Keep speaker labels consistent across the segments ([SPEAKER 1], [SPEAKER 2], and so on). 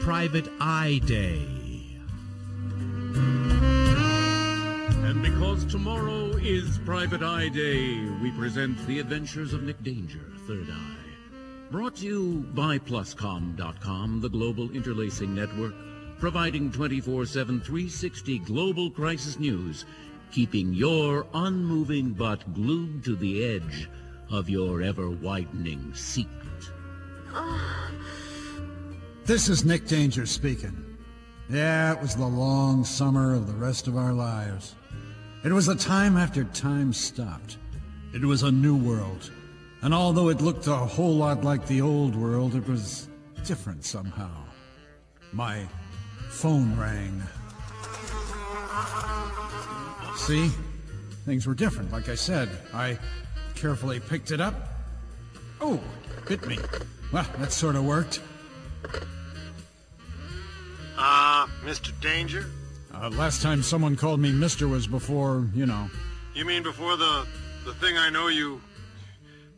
[SPEAKER 1] Private Eye Day.
[SPEAKER 2] And because tomorrow is Private Eye Day, we present The Adventures of Nick Danger, Third Eye. Brought to you by Pluscom.com, the global interlacing network, providing 24 7, 360 global crisis news, keeping your unmoving butt glued to the edge of your ever widening seat.
[SPEAKER 3] This is Nick Danger speaking. Yeah, it was the long summer of the rest of our lives. It was a time after time stopped. It was a new world. And although it looked a whole lot like the old world, it was different somehow. My phone rang. See? Things were different, like I said. I carefully picked it up. Oh, bit me. Well, that sort of worked.
[SPEAKER 4] Ah, Mr. Danger?
[SPEAKER 3] Uh, last time someone called me Mister was before, you know.
[SPEAKER 4] You mean before the the thing I know you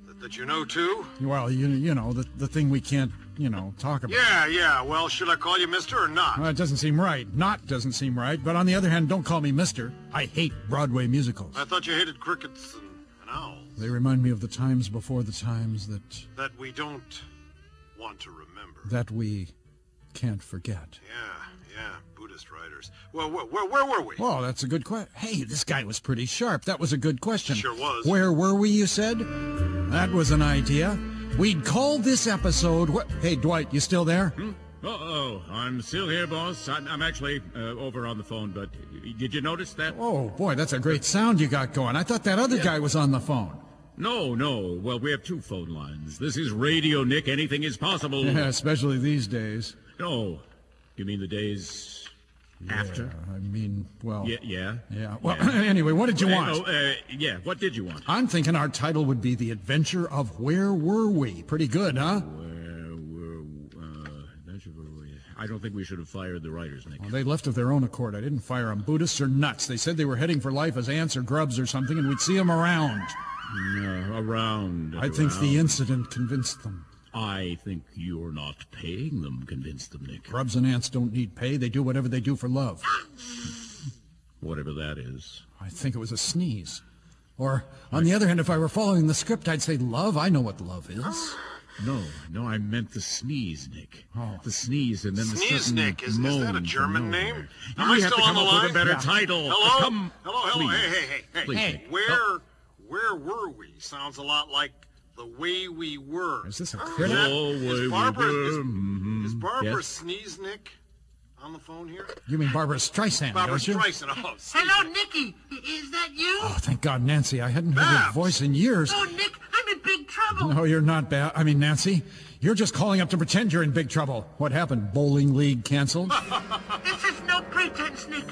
[SPEAKER 4] that, that you know too?
[SPEAKER 3] Well, you you know the the thing we can't you know talk about.
[SPEAKER 4] Yeah, yeah. Well, should I call you Mister or not?
[SPEAKER 3] Uh, it doesn't seem right. Not doesn't seem right. But on the other hand, don't call me Mister. I hate Broadway musicals.
[SPEAKER 4] I thought you hated crickets and, and owls.
[SPEAKER 3] They remind me of the times before the times that
[SPEAKER 4] That we don't want to remember.
[SPEAKER 3] that we can't forget.
[SPEAKER 4] Yeah, yeah. Buddhist writers. Well, wh- wh- where were we?
[SPEAKER 3] Well, that's a good question. Hey, this guy was pretty sharp. That was a good question.
[SPEAKER 4] Sure was.
[SPEAKER 3] Where were we, you said? That was an idea. We'd call this episode. Wh- hey, Dwight, you still there?
[SPEAKER 2] Uh-oh, I'm still here, boss. I'm, I'm actually uh, over on the phone, but did you notice that?
[SPEAKER 3] Oh, boy, that's a great sound you got going. I thought that other guy was on the phone.
[SPEAKER 2] No, no. Well, we have two phone lines. This is radio, Nick. Anything is possible.
[SPEAKER 3] Yeah, especially these days.
[SPEAKER 2] No. You mean the days after?
[SPEAKER 3] Uh, I mean, well.
[SPEAKER 2] Yeah, yeah.
[SPEAKER 3] Yeah. Well, anyway, what did you
[SPEAKER 2] Uh,
[SPEAKER 3] want?
[SPEAKER 2] oh, uh, yeah, what did you want?
[SPEAKER 3] I'm thinking our title would be The Adventure of Where Were We? Pretty good, huh?
[SPEAKER 2] Where were, uh, that's where we- I don't think we should have fired the writers, Nick.
[SPEAKER 3] Well, they left of their own accord. I didn't fire 'em. Buddhists are nuts. They said they were heading for life as ants or grubs or something, and we'd see 'em around.
[SPEAKER 2] Uh, around.
[SPEAKER 3] I think the incident convinced them.
[SPEAKER 2] I think you're not paying them, convinced them, Nick.
[SPEAKER 3] Grubs and ants don't need pay. They do whatever they do for love.
[SPEAKER 2] Whatever that is.
[SPEAKER 3] I think it was a sneeze. Or, on the other hand, if I were following the script, I'd say, Love, I know what love is.
[SPEAKER 2] No, no, I meant the sneeze, Nick. Oh. The sneeze and then the
[SPEAKER 4] Sneeze
[SPEAKER 2] certain
[SPEAKER 4] Nick, is, is that a
[SPEAKER 2] moan
[SPEAKER 4] German
[SPEAKER 2] from
[SPEAKER 4] name?
[SPEAKER 2] nowhere.
[SPEAKER 4] Am
[SPEAKER 2] we
[SPEAKER 4] I
[SPEAKER 2] have
[SPEAKER 4] still
[SPEAKER 2] to come
[SPEAKER 4] on the
[SPEAKER 2] up
[SPEAKER 4] line?
[SPEAKER 2] with a better
[SPEAKER 4] Yeah.
[SPEAKER 2] title.
[SPEAKER 4] Hello?
[SPEAKER 2] Come,
[SPEAKER 4] hello, hello,
[SPEAKER 2] please.
[SPEAKER 4] hey, hey, hey, hey.
[SPEAKER 2] Please,
[SPEAKER 4] hey,
[SPEAKER 2] Nick.
[SPEAKER 4] where
[SPEAKER 2] Help.
[SPEAKER 4] where were we? Sounds a lot like the way we were.
[SPEAKER 3] Is this a
[SPEAKER 4] Is,
[SPEAKER 3] critic?
[SPEAKER 4] that-
[SPEAKER 2] Oh,
[SPEAKER 4] is
[SPEAKER 2] way we
[SPEAKER 4] Barbara,
[SPEAKER 2] were.
[SPEAKER 4] is-
[SPEAKER 2] Mhm.
[SPEAKER 4] is, Barbara
[SPEAKER 2] Yes.
[SPEAKER 4] Sneeze Nick on the phone here?
[SPEAKER 3] You mean Barbara Streisand,
[SPEAKER 4] Barbara
[SPEAKER 3] don't you?
[SPEAKER 4] Streisand. Oh, Sneeze
[SPEAKER 5] Hello,
[SPEAKER 4] Nick.
[SPEAKER 5] Nicky. I- Is that you?
[SPEAKER 3] Oh, thank God, Nancy. I hadn't heard your
[SPEAKER 4] Babs.
[SPEAKER 3] voice in years.
[SPEAKER 5] Oh, Nick, I'm in big trouble.
[SPEAKER 3] No, you're not bad. I mean, Nancy, you're just calling up to pretend you're in big trouble. What happened? Bowling league canceled?
[SPEAKER 5] This is no pretense, Nick.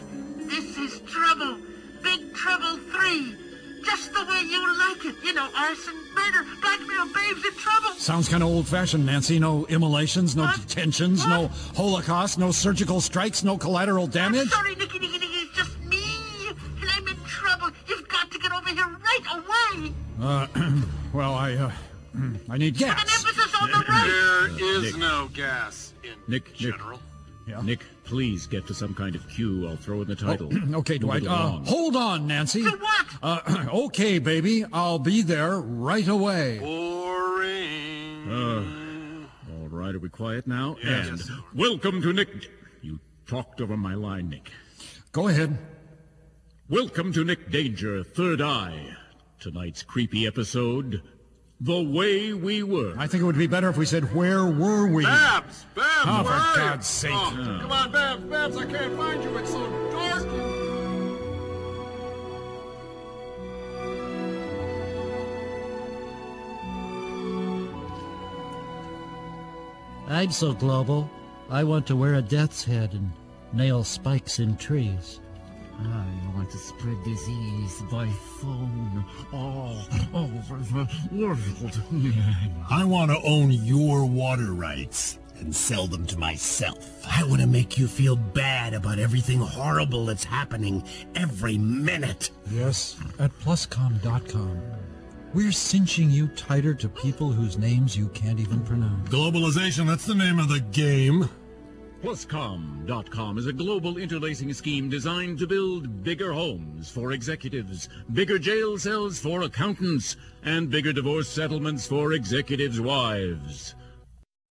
[SPEAKER 5] This is trouble. Big Trouble 3. Just the way you like it. You know, arson, murder, blackmail, babes in trouble.
[SPEAKER 3] Sounds kind of old fashioned, Nancy. No immolations, no
[SPEAKER 5] What?
[SPEAKER 3] detentions, no holocaust, no surgical strikes, no collateral
[SPEAKER 5] I'm
[SPEAKER 3] damage.
[SPEAKER 5] sorry, Nicky, Nicky, Nicky. It's just me. And I'm in trouble. You've got to get over here right away.
[SPEAKER 3] Well, I, uh, mm, I need
[SPEAKER 5] An
[SPEAKER 3] gas.
[SPEAKER 5] emphasis on the right.
[SPEAKER 4] There
[SPEAKER 2] Uh, Nick.
[SPEAKER 4] is no gas in
[SPEAKER 2] Nick, Nick.
[SPEAKER 4] general.
[SPEAKER 3] Yeah.
[SPEAKER 2] Nick, please get to some kind of cue. I'll throw in the title.
[SPEAKER 3] Okay,
[SPEAKER 2] Move
[SPEAKER 3] Dwight.
[SPEAKER 2] it
[SPEAKER 3] Uh,
[SPEAKER 2] along.
[SPEAKER 3] hold on, Nancy.
[SPEAKER 5] To what?
[SPEAKER 3] Uh, okay, baby. I'll be there right away.
[SPEAKER 4] Boring.
[SPEAKER 2] Uh, All right, are we quiet now?
[SPEAKER 4] Yes.
[SPEAKER 2] And welcome to Nick. You talked over my line, Nick.
[SPEAKER 3] Go ahead.
[SPEAKER 2] Welcome to Nick Danger, Third Eye. Tonight's creepy episode, The Way We Were.
[SPEAKER 3] I think it would be better if we said, Where were we?
[SPEAKER 4] Babs, Babs,
[SPEAKER 3] Oh, for
[SPEAKER 4] where are you?
[SPEAKER 3] God's sake.
[SPEAKER 4] Oh, Come on, Babs, Babs, I can't find you. It's so dark.
[SPEAKER 6] I'm so global. I want to wear a death's head and nail spikes in trees.
[SPEAKER 7] I want to spread disease by phone all over the world.
[SPEAKER 8] I want to own your water rights and sell them to myself. I want to make you feel bad about everything horrible that's happening every minute.
[SPEAKER 3] Yes, at pluscom.com. We're cinching you tighter to people whose names you can't even pronounce.
[SPEAKER 8] Globalization, that's the name of the game.
[SPEAKER 2] PlusCom.com is a global interlacing scheme designed to build bigger homes for executives, bigger jail cells for accountants, and bigger divorce settlements for executives' wives.